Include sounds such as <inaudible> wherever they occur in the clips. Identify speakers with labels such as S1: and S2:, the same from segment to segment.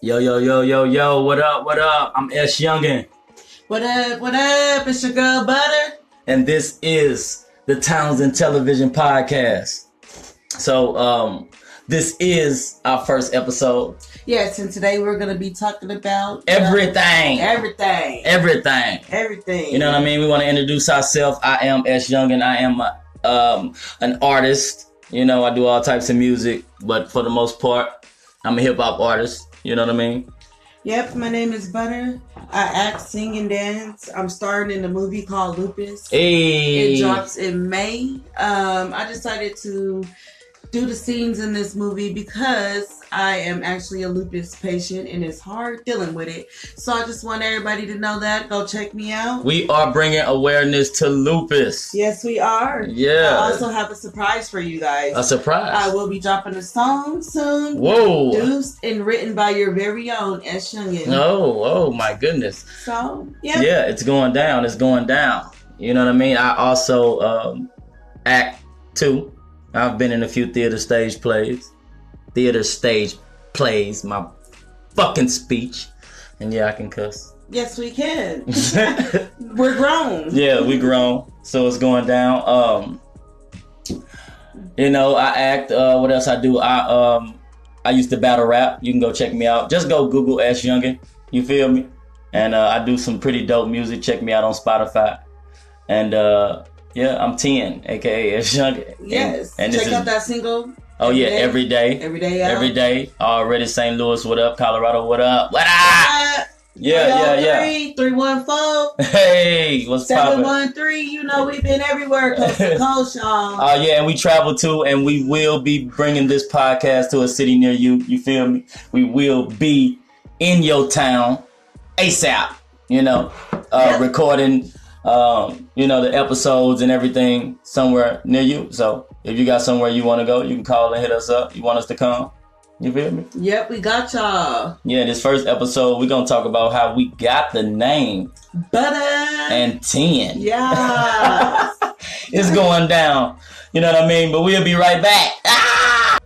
S1: Yo, yo, yo, yo, yo, what up, what up? I'm S. Youngin,
S2: What up? What up? It's your girl Butter.
S1: and this is the Townsend Television Podcast. So, um, this is our first episode.
S2: Yes, and today we're gonna be talking about you know,
S1: Everything,
S2: everything,
S1: everything.
S2: everything.
S1: You know what I mean? We want to introduce ourselves. I am S. Youngin. I am a, um, an artist. You know, I do all types of music, but for the most part, I'm a hip hop artist. You know what I mean?
S2: Yep, my name is Butter. I act, sing, and dance. I'm starring in a movie called Lupus.
S1: Hey,
S2: It drops in May. Um, I decided to do the scenes in this movie because I am actually a lupus patient and it's hard dealing with it. So I just want everybody to know that. Go check me out.
S1: we are bringing awareness to lupus.
S2: Yes, we are.
S1: Yeah.
S2: I also have a surprise for you guys.
S1: A surprise.
S2: I will be dropping a song soon.
S1: Whoa.
S2: Produced and written by your very own S. Youngin.
S1: Oh, oh my goodness.
S2: So, yeah.
S1: Yeah, it's going down. It's going down. You know what I mean? I also um, act too. I've been in a few theater stage plays. Theater stage plays, my fucking speech. And yeah, I can cuss. <laughs>
S2: Yes, we can. We're grown.
S1: yeah, we grown. So it's going down. Um you know, I act uh what else I do? I um I used to battle rap. You can go check me out. Just go Google S Youngin. You feel me? And uh, I do some pretty dope music. Check me out on Spotify. And uh yeah, I'm 10, aka S Youngin.
S2: Yes.
S1: And, and this
S2: Check
S1: is
S2: out that single.
S1: Oh yeah, every day.
S2: Every day. Out.
S1: Every day. Already St. Louis, what up? Colorado, what up? What up?
S2: Ah,
S1: Yeah, yeah,
S2: 303, 314,
S1: yeah. <laughs> Hey, what's poppin'?
S2: 713. You know, we've
S1: <laughs>
S2: been everywhere, coast to coast, y'all.
S1: Uh, yeah, and we travel too, and we will be bringing this podcast to a city near you. You feel me? We will be in your town ASAP, you know, uh,
S2: Yeah.
S1: recording, um, you know, the episodes and everything somewhere near you. So if you got somewhere you want to go, you can call and hit us up. You want us to come? You feel me?
S2: yep, we got y'all.
S1: Yeah, this first episode, we're going to talk about how we got the name
S2: Butter.
S1: and 10.
S2: yeah.
S1: <laughs> It's going down. You know what I mean? But we'll be right back. Ah!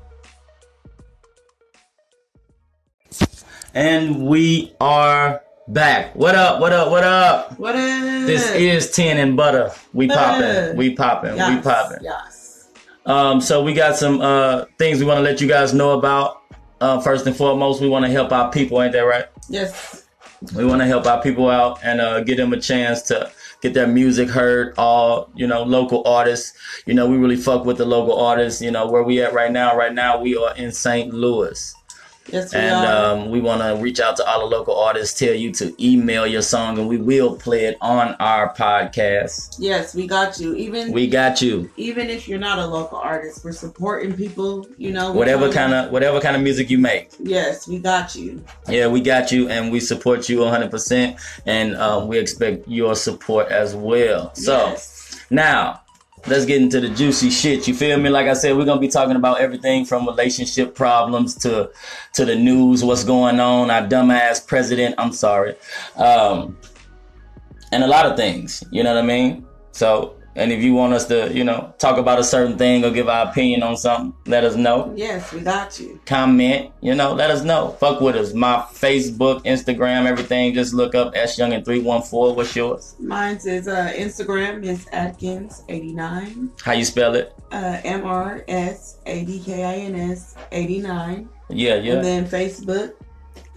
S1: And we are back. What up? What up? What up?
S2: what up?
S1: This is tin and butter. We
S2: Butter.
S1: popping. We popping. We
S2: Yes,
S1: popping.
S2: Yes.
S1: Um, so we got some uh things we want to let you guys know about. Uh, first and foremost, we want to help our people. Ain't that right?
S2: Yes.
S1: we want to help our people out and uh, give them a chance to get their music heard all you know local artists you know we really fuck with the local artists you know where we at right now right now we are in st louis
S2: Yes, we
S1: and
S2: are.
S1: um, we want to reach out to all the local artists tell you to email your song and we will play it on our podcast
S2: yes, we got you. Even
S1: we got you
S2: even if you're not a local artist, we're supporting people. You know, we're
S1: whatever kind
S2: trying to-
S1: of whatever kind of music you make
S2: Yes, we got you.
S1: yeah we got you and we support you 100% and um, we expect your support as well so
S2: yes.
S1: Now, let's get into the juicy shit. You feel me? Like I said, we're gonna be talking about everything from relationship problems to to the news, what's going on, our dumbass president. I'm sorry, um, and a lot of things. You know what I mean? So, and if you want us to, you know, talk about a certain thing or give our opinion on something, let us know.
S2: yes, we got you.
S1: Comment, you know, let us know. Fuck with us. My Facebook, Instagram, everything. Just look up S Young and three one four. What's yours?
S2: Mine is uh, Instagram Miss Atkins eighty nine.
S1: How you spell it?
S2: Uh, M R S A D K I N S eighty nine.
S1: Yeah, yeah.
S2: And then Facebook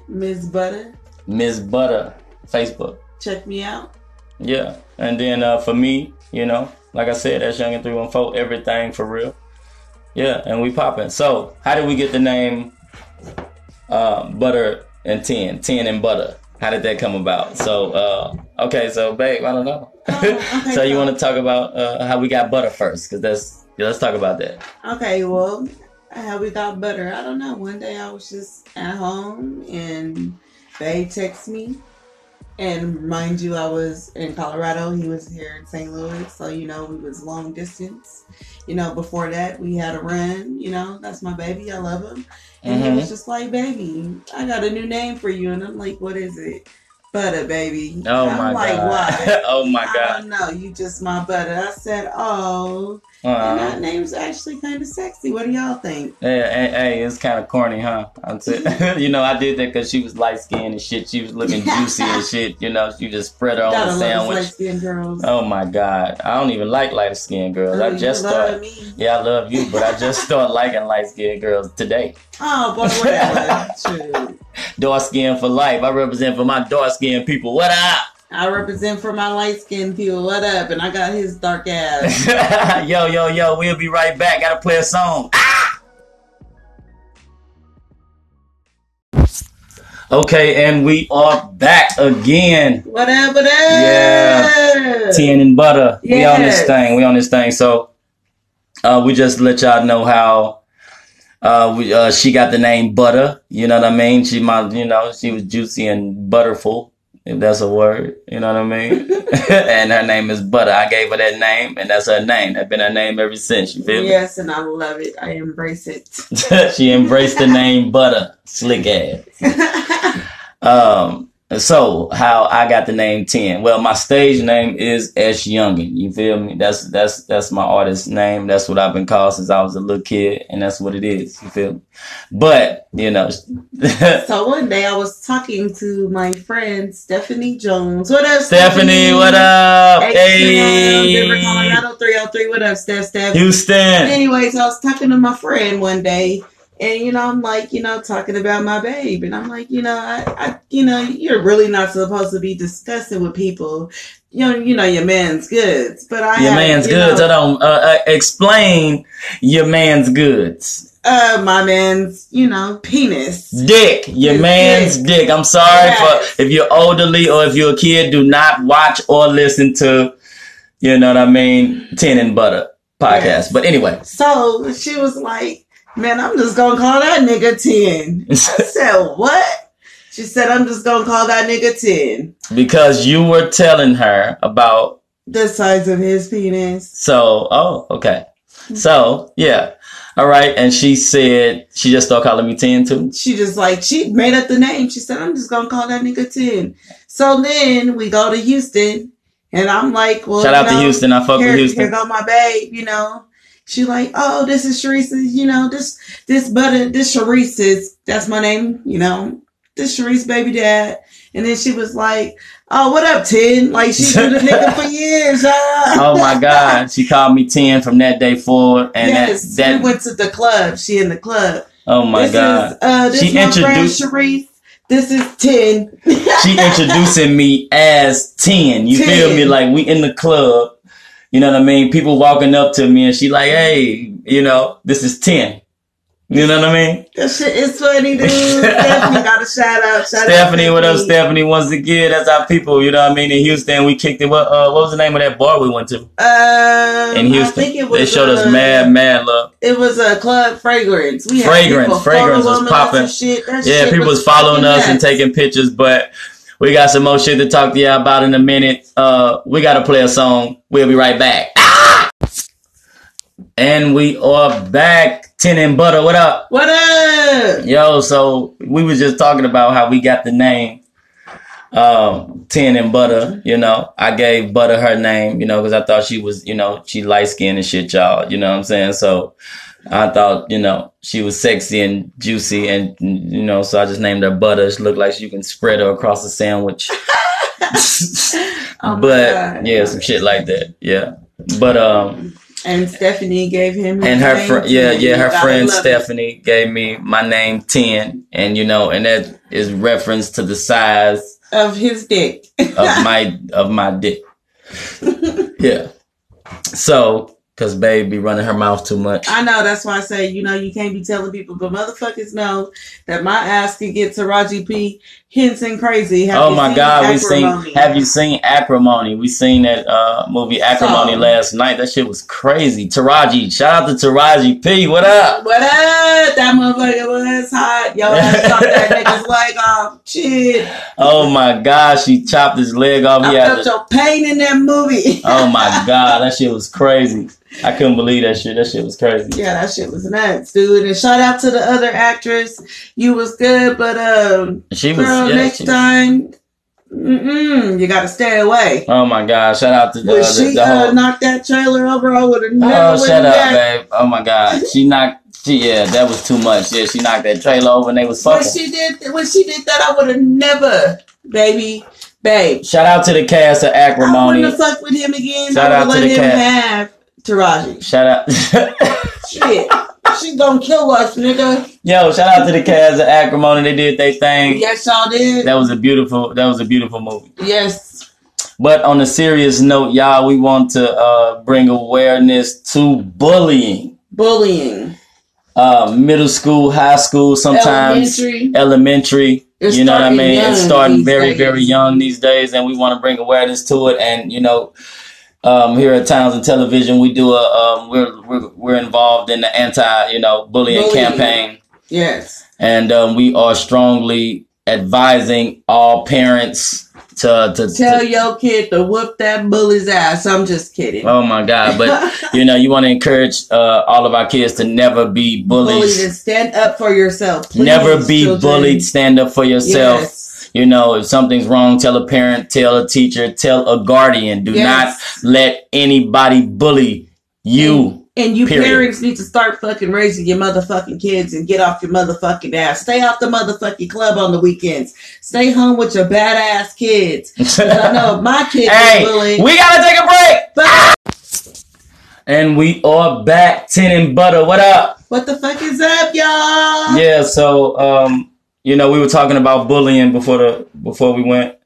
S2: Miss Butter.
S1: Ms. Butter Facebook.
S2: Check me out.
S1: Yeah. And then uh, for me, you know, like I said, that's Young and 314, everything for real. Yeah, and we popping. So, how did we get the name uh, Butter and 10? 10 and Butter. How did that come about? So, uh, okay, so, babe, I don't know. <laughs>
S2: Oh, okay,
S1: so, you
S2: so-
S1: want to talk about uh, how we got butter first? Because that's, yeah, let's talk about that.
S2: Okay, well, how we got butter? I don't know. One day I was just at home and they text me. And mind you, I was in Colorado. He was here in St. Louis, so you know we was long distance. You know, before that we had a run. You know, that's my baby. I love him. And he
S1: Mhm.
S2: was just like, "Baby, I got a new name for you." And I'm like, "What is it?" butter, baby.
S1: Oh
S2: I'm
S1: my
S2: like,
S1: god.
S2: Why?
S1: <laughs> oh my
S2: I <laughs>
S1: god.
S2: don't know. You just my butter. I said, oh, and
S1: Uh,
S2: that name's actually kind of sexy. What do y'all think?
S1: hey, hey, hey, it's kind of corny, huh? I'm t- <laughs> you know, I did that because she was light skinned and shit. She was looking juicy
S2: <laughs>
S1: and shit. You know, you just spread her on
S2: Gotta
S1: a
S2: love
S1: sandwich.
S2: light-skinned girls.
S1: Oh my god. I don't even like light skinned girls.
S2: Oh,
S1: I
S2: you
S1: just
S2: love
S1: started.
S2: me.
S1: Yeah, I love you, but I
S2: <laughs>
S1: just started liking light skinned girls today.
S2: Oh, boy,
S1: <laughs>
S2: whatever. Shoot.
S1: Dark skin for life. I represent for my dark skinned people. What up? <laughs>
S2: I represent for my light skinned people. What up? And I got his dark ass.
S1: yo, yo, yo, we'll be right back. Gotta play a song. Ah! Okay, and we are back again.
S2: What up? What up?
S1: Yeah. Tin and butter. We on this
S2: Yes.
S1: thing. We on this thing. So uh, we just let y'all know how uh, we, uh, she got the name Butter. You know what I mean? She my you know, she was juicy and butterful, if that's a word. You know what I mean? <laughs> and her name is Butter. I gave her that name and that's her name. That's been her name ever since. You feel
S2: Yes, and I love it. I embrace it. <laughs>
S1: me? <laughs> she embraced the name Butter. Slick ass. Um, so how I got the name Ten? Well, my stage name is S Youngin. You feel me? That's that's that's my artist name. That's what I've been called since I was a little kid, and that's what it is. You feel me? But you know, <laughs>
S2: so one day I was talking to my friend Stephanie Jones. What up,
S1: Stephanie, what up?
S2: Hey, Denver,
S1: Hey,
S2: Colorado 303. What up, Steph?
S1: <laughs>
S2: Steph?
S1: Houston.
S2: Anyways, I was talking to my friend one day, and you know, I'm like, you know, talking about my babe, and I'm like, you know, I, I you know, you're really not supposed to be discussing with people, you know, you know, your man's goods, but I,
S1: Your
S2: have,
S1: man's
S2: you
S1: goods.
S2: know,
S1: Hold on. Uh, uh, explain your man's goods.
S2: uh, my man's, you know, penis.
S1: Dick. Your
S2: His
S1: man's dick. I'm sorry
S2: Yes.
S1: for if you're elderly or if you're a kid, do not watch or listen to, you know what I mean, Tin and Butter podcast.
S2: Yes.
S1: But anyway. <laughs>
S2: So she was like, man, I'm just gonna call that nigga ten. I said, what? She said, I'm just gonna call that nigga ten.
S1: because you were telling her about
S2: The size of his penis.
S1: so oh, okay.
S2: Mm-hmm.
S1: So yeah. All right. And she said she just started calling me Tin too.
S2: she just like she made up the name. She said, I'm just gonna call that nigga Tin. So then we go to Houston and I'm like, Well
S1: Shout
S2: you
S1: out to
S2: know,
S1: Houston. I fuck
S2: here,
S1: with
S2: here
S1: Houston.
S2: go my babe, you know. She like, Oh, this is Sharice's, you know, this this butter this Sharice's that's my name, you know, this Sharice baby dad. And then she was like, Oh, what up, Tin? Like she knew the nigga
S1: <laughs>
S2: for years, y'all.
S1: Oh my
S2: <laughs>
S1: God. She called me Tin from that day forward. And
S2: yes,
S1: that
S2: we
S1: that
S2: went to the club. She in the club.
S1: oh my
S2: this
S1: God.
S2: Is, uh, this
S1: She
S2: is my
S1: introduced-
S2: friend Sharice. This is Tin.
S1: she introducing me as 10. You feel
S2: 10.
S1: me? Like we in the club. You know what I mean? People walking up to me and she like, hey, you know, this is 10. You know what I mean?
S2: That shit is funny, dude. Stephanie got a shout out. Shout
S1: Stephanie,
S2: out
S1: what up, Stephanie? Once again, that's our people. You know what I mean? In Houston, we kicked it. What, uh, what was the name of that bar we went to
S2: Um,
S1: in
S2: I
S1: Houston?
S2: think it was
S1: they showed us
S2: uh,
S1: mad, mad love.
S2: It was a club fragrance. We had
S1: Fragrance.
S2: people
S1: Fragrance was
S2: following us
S1: popping.
S2: and Shit. That
S1: Yeah,
S2: shit
S1: people was following
S2: fucking
S1: us and
S2: nuts.
S1: taking pictures, but we got some more shit to talk to y'all about in a minute. Uh, we gotta play a song. We'll be right back. Ah! And we are back. Tin and butter, what up?
S2: What up?
S1: Yo, so we was just talking about how we got the name um Tin and Butter, you know. I gave Butter her name, you know, because I thought she was, you know, she light skinned and shit, y'all. You know what I'm saying? So I thought, you know, she was sexy and juicy and you know, so I just named her Butter. She looked like you can spread her across a sandwich.
S2: <laughs> Oh my
S1: but
S2: God.
S1: yeah, some shit like that. Yeah. But um
S2: And Stephanie gave him
S1: and
S2: his
S1: her
S2: name,
S1: friend yeah
S2: Tin.
S1: yeah
S2: You
S1: her
S2: gotta
S1: friend
S2: love it.
S1: stephanie gave me my name 10 and you know and that is reference to the size
S2: of his dick.
S1: of
S2: <laughs>
S1: my of my dick yeah so because babe be running her mouth too much
S2: I know that's why I say, you know, you can't be telling people, but motherfuckers know that my ass could get Taraji P. Henson crazy. Have
S1: oh
S2: you
S1: my
S2: seen
S1: god we
S2: Acrimony?
S1: seen have you seen acrimony we seen that uh movie acrimony
S2: So-
S1: last night that shit was crazy taraji shout out to taraji p what up
S2: What up? That motherfucker was hot.
S1: <laughs>
S2: Yo, I chopped that nigga's leg off. Shit.
S1: oh my god she chopped his leg off
S2: I
S1: he had
S2: felt your pain in that movie.
S1: <laughs> Oh my god, that shit was crazy. I couldn't believe that shit. That shit was crazy.
S2: <laughs> yeah, that shit was nuts, dude. And shout out to the other actress. You was good, but um,
S1: She was
S2: girl,
S1: yeah,
S2: next
S1: she,
S2: time Mm-mm, you got to stay away.
S1: Oh my God! Shout out to the,
S2: When
S1: the,
S2: she
S1: the
S2: uh,
S1: whole.
S2: knocked that trailer over, I would have never
S1: oh,
S2: went
S1: shut up,
S2: back.
S1: babe! Oh my God! She knocked. She yeah, that was too much. Yeah, she knocked that trailer over and they was
S2: When
S1: fucking.
S2: she did when she did that, I would have never, baby, babe.
S1: Shout out to the cast of
S2: I wouldn't
S1: Acrimony.
S2: have fucked with him again.
S1: Shout
S2: I
S1: out to
S2: would let
S1: the
S2: him
S1: cat.
S2: have Taraji.
S1: Shout out. <laughs>
S2: Shit. She gonna kill us, nigga.
S1: Yo, shout out to the cast of Acrimony. They did their thing.
S2: Yes, y'all did.
S1: That was a beautiful. That was a beautiful movie.
S2: Yes.
S1: But on a serious note, y'all, we want to uh, bring awareness to bullying.
S2: Bullying.
S1: Uh, middle school, high school, sometimes
S2: Elementary.
S1: elementary.
S2: It's
S1: you know what I
S2: starting
S1: mean?
S2: young
S1: It's starting
S2: these
S1: very,
S2: days.
S1: very young these days, and we want to bring awareness to it. And you know, um, here at Towns and Television, we do a um, we're, we're we're involved in the anti you know bullying,
S2: Bullying.
S1: campaign,
S2: Yes.
S1: and um, we are strongly advising all parents to to,
S2: Tell
S1: to
S2: your kid to whoop that bully's ass. I'm just kidding.
S1: oh my god,
S2: <laughs>
S1: but. You know, you want to encourage uh, all of our kids to never be
S2: Bullies
S1: bullies.
S2: and stand up for yourself. please,
S1: Never be
S2: children.
S1: bullied. Stand up for yourself.
S2: Yes.
S1: You know, if something's wrong, tell a parent, tell a teacher, tell a guardian. Do
S2: Yes.
S1: not let anybody bully you.
S2: And you
S1: Period.
S2: parents need to start fucking raising your motherfucking kids and get off your motherfucking ass. Stay off the motherfucking club on the weekends. Stay home with your badass kids.
S1: <laughs>
S2: But I know if my kids
S1: hey,
S2: hey, bullied.
S1: we gotta take a break. Ah!
S2: fuck-
S1: And we are back, tin and butter. What up?
S2: what the fuck is up, y'all?
S1: Yeah. So, um, you know, we were talking about bullying before the before we went,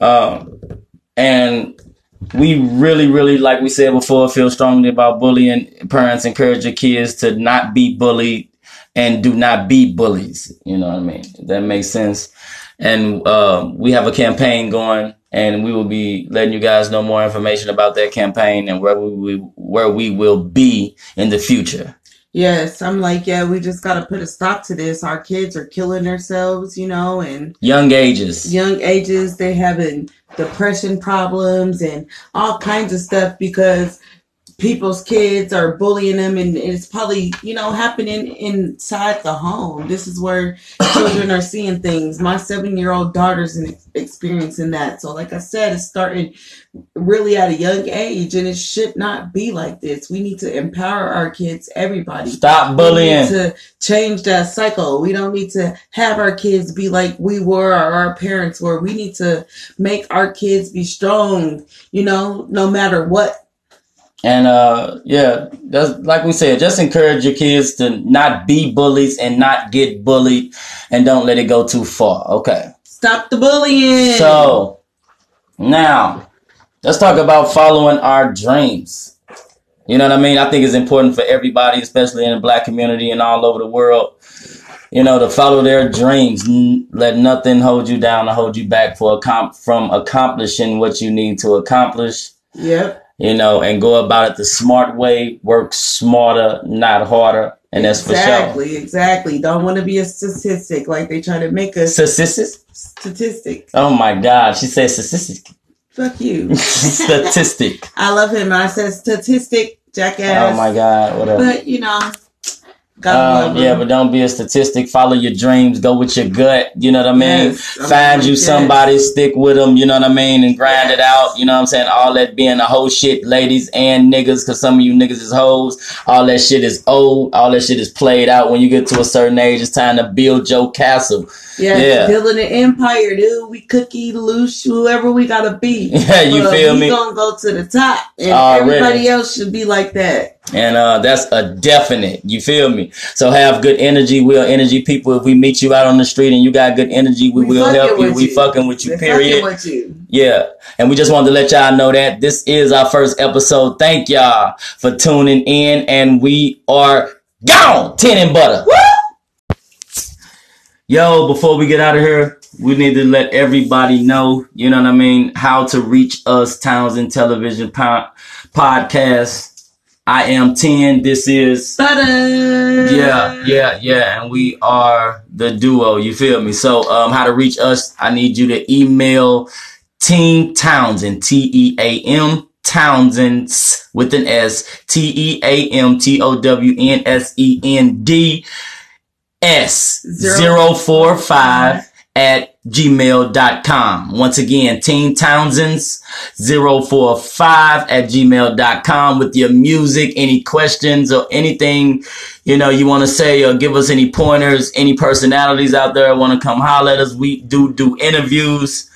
S1: um, and we really, really, like we said before, feel strongly about bullying. Parents encourage your kids to not be bullied and do not be bullies. You know what I mean? If that makes sense. And um, we have a campaign going, and we will be letting you guys know more information about that campaign and where we where we will be in the future.
S2: Yes, I'm like, yeah, we just got to put a stop to this. Our kids are killing themselves, you know, and
S1: Young ages.
S2: young ages they having depression problems and all kinds of stuff because people's kids are bullying them and it's probably you know happening inside the home this is where children are seeing things my seven year old daughter's in, experiencing that so like i said it's starting really at a young age and it should not be like this we need to empower our kids everybody
S1: Stop
S2: we
S1: bullying.
S2: need to change that cycle. We don't need to have our kids be like we were or our parents were. We need to make our kids be strong, you know, no matter what.
S1: And uh yeah, that's like we said, just encourage your kids to not be bullies and not get bullied and don't let it go too far. Okay.
S2: Stop the bullying.
S1: So now let's talk about following our dreams. You know what I mean? I think it's important for everybody, especially in the black community and all over the world, you know, to follow their dreams. N- Let nothing hold you down or hold you back for accom- from accomplishing what you need to accomplish.
S2: yep.
S1: you know, and go about it the smart way, work smarter, not harder. And that's for sure.
S2: Exactly, exactly. Don't want to be a statistic like they try to make us
S1: Statistics?
S2: statistic.
S1: Oh my God. She said statistic. <laughs>
S2: Fuck you. <laughs>
S1: statistic.
S2: I love him. I said statistic, jackass.
S1: Oh my God. Whatever.
S2: But uh, you know, gotta
S1: Um,
S2: love
S1: yeah,
S2: him.
S1: but don't be a statistic. Follow your dreams. Go with your gut. You know what I mean?
S2: Yes, I
S1: Find
S2: mean,
S1: you
S2: yes.
S1: somebody, stick with them. You know what I mean? And grind it
S2: Yes.
S1: out. You know what I'm saying? All that being a whole shit, ladies and niggas, because some of you niggas is hoes. All that shit is old. All that shit is played out. When you get to a certain age, it's time to build your castle. Yeah.
S2: Yeah, building an empire, dude. We cookie loose, whoever we gotta be.
S1: Yeah, <laughs> you
S2: But
S1: feel
S2: we
S1: me?
S2: gonna go to the top, and
S1: Already.
S2: everybody else should be like that.
S1: And uh, that's a definite. You feel me? So have good energy. We are energy people. If we meet you out on the street and you got good energy, we,
S2: We
S1: will
S2: fucking
S1: help you.
S2: with
S1: We
S2: you.
S1: fucking with you.
S2: They're
S1: Period.
S2: fucking with you.
S1: yeah. And we just wanted to let y'all know that this is our first episode. Thank y'all for tuning in, and we are gone. Tin and butter. Yo, before we get out of here, we need to let everybody know, you know what I mean, how to reach us, Townsend Television po- Podcast. I am 10. This is
S2: Butter.
S1: yeah, yeah, yeah. And we are the duo. You feel me? So, um, how to reach us? I need you to email Team Townsend, T E A M Townsends with an S, T E A M T O W N S E N D S
S2: Zero.
S1: 045 at gmail.com. Once again, Team Townsends 045 at gmail.com with your music, any questions or anything, you know, you want to say or give us any pointers, any personalities out there want to come holler at us. We do do interviews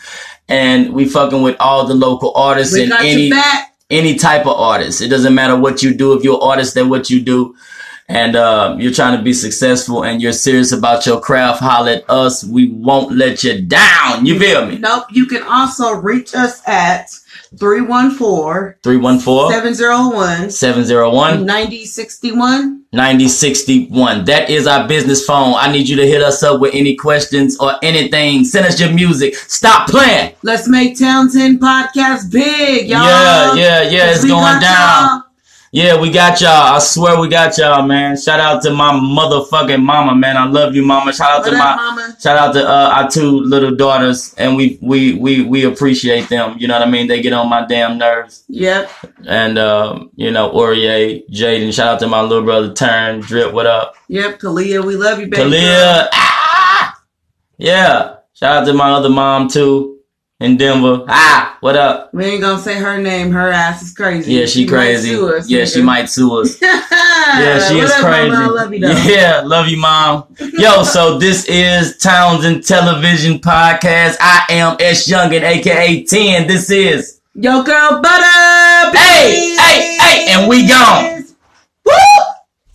S1: and we fucking with all the local artists
S2: We
S1: and
S2: got
S1: any,
S2: you back.
S1: any type of artist. It doesn't matter what you do. If you're an artist, then what you do, and uh, you're trying to be successful and you're serious about your craft, holler at us. We won't let you down. You feel me?
S2: Nope. You can also reach us at 314
S1: 314
S2: 701
S1: 701
S2: 9061.
S1: 9061. That is our business phone. I need you to hit us up with any questions or anything. Send us your music. Stop playing.
S2: Let's make Townsend Podcast big, y'all.
S1: Yeah, yeah, yeah. It's
S2: We
S1: going
S2: got
S1: down.
S2: y'all.
S1: Yeah, we got y'all. I swear we got y'all, man. Shout out to my motherfucking mama, man. I love you, mama. Shout out
S2: What
S1: to my
S2: up, mama?
S1: shout out to uh, our two little daughters, and we we we we appreciate them. You know what I mean? They get on my damn nerves,
S2: Yep.
S1: and um, you know, Orie, Jaden. Shout out to my little brother Turn Drip. What up,
S2: Yep. Kalia, we love you, baby. girl.
S1: Kalia? Ah! Yeah. Shout out to my other mom too in Denver. Ah, what up?
S2: We ain't gonna say her name. Her ass is crazy.
S1: Yeah, she
S2: might
S1: crazy.
S2: sue us,
S1: Yeah, she
S2: <laughs> nigga.
S1: might sue us. Yeah, she
S2: What
S1: is
S2: up,
S1: crazy.
S2: Mama? I love you, though.
S1: <laughs> yeah, love you, mom. Yo, so this is Townsend Television Podcast. I am S. Youngin, aka 10. This is
S2: Yo, girl, butter.
S1: Hey, hey, hey, and we gone.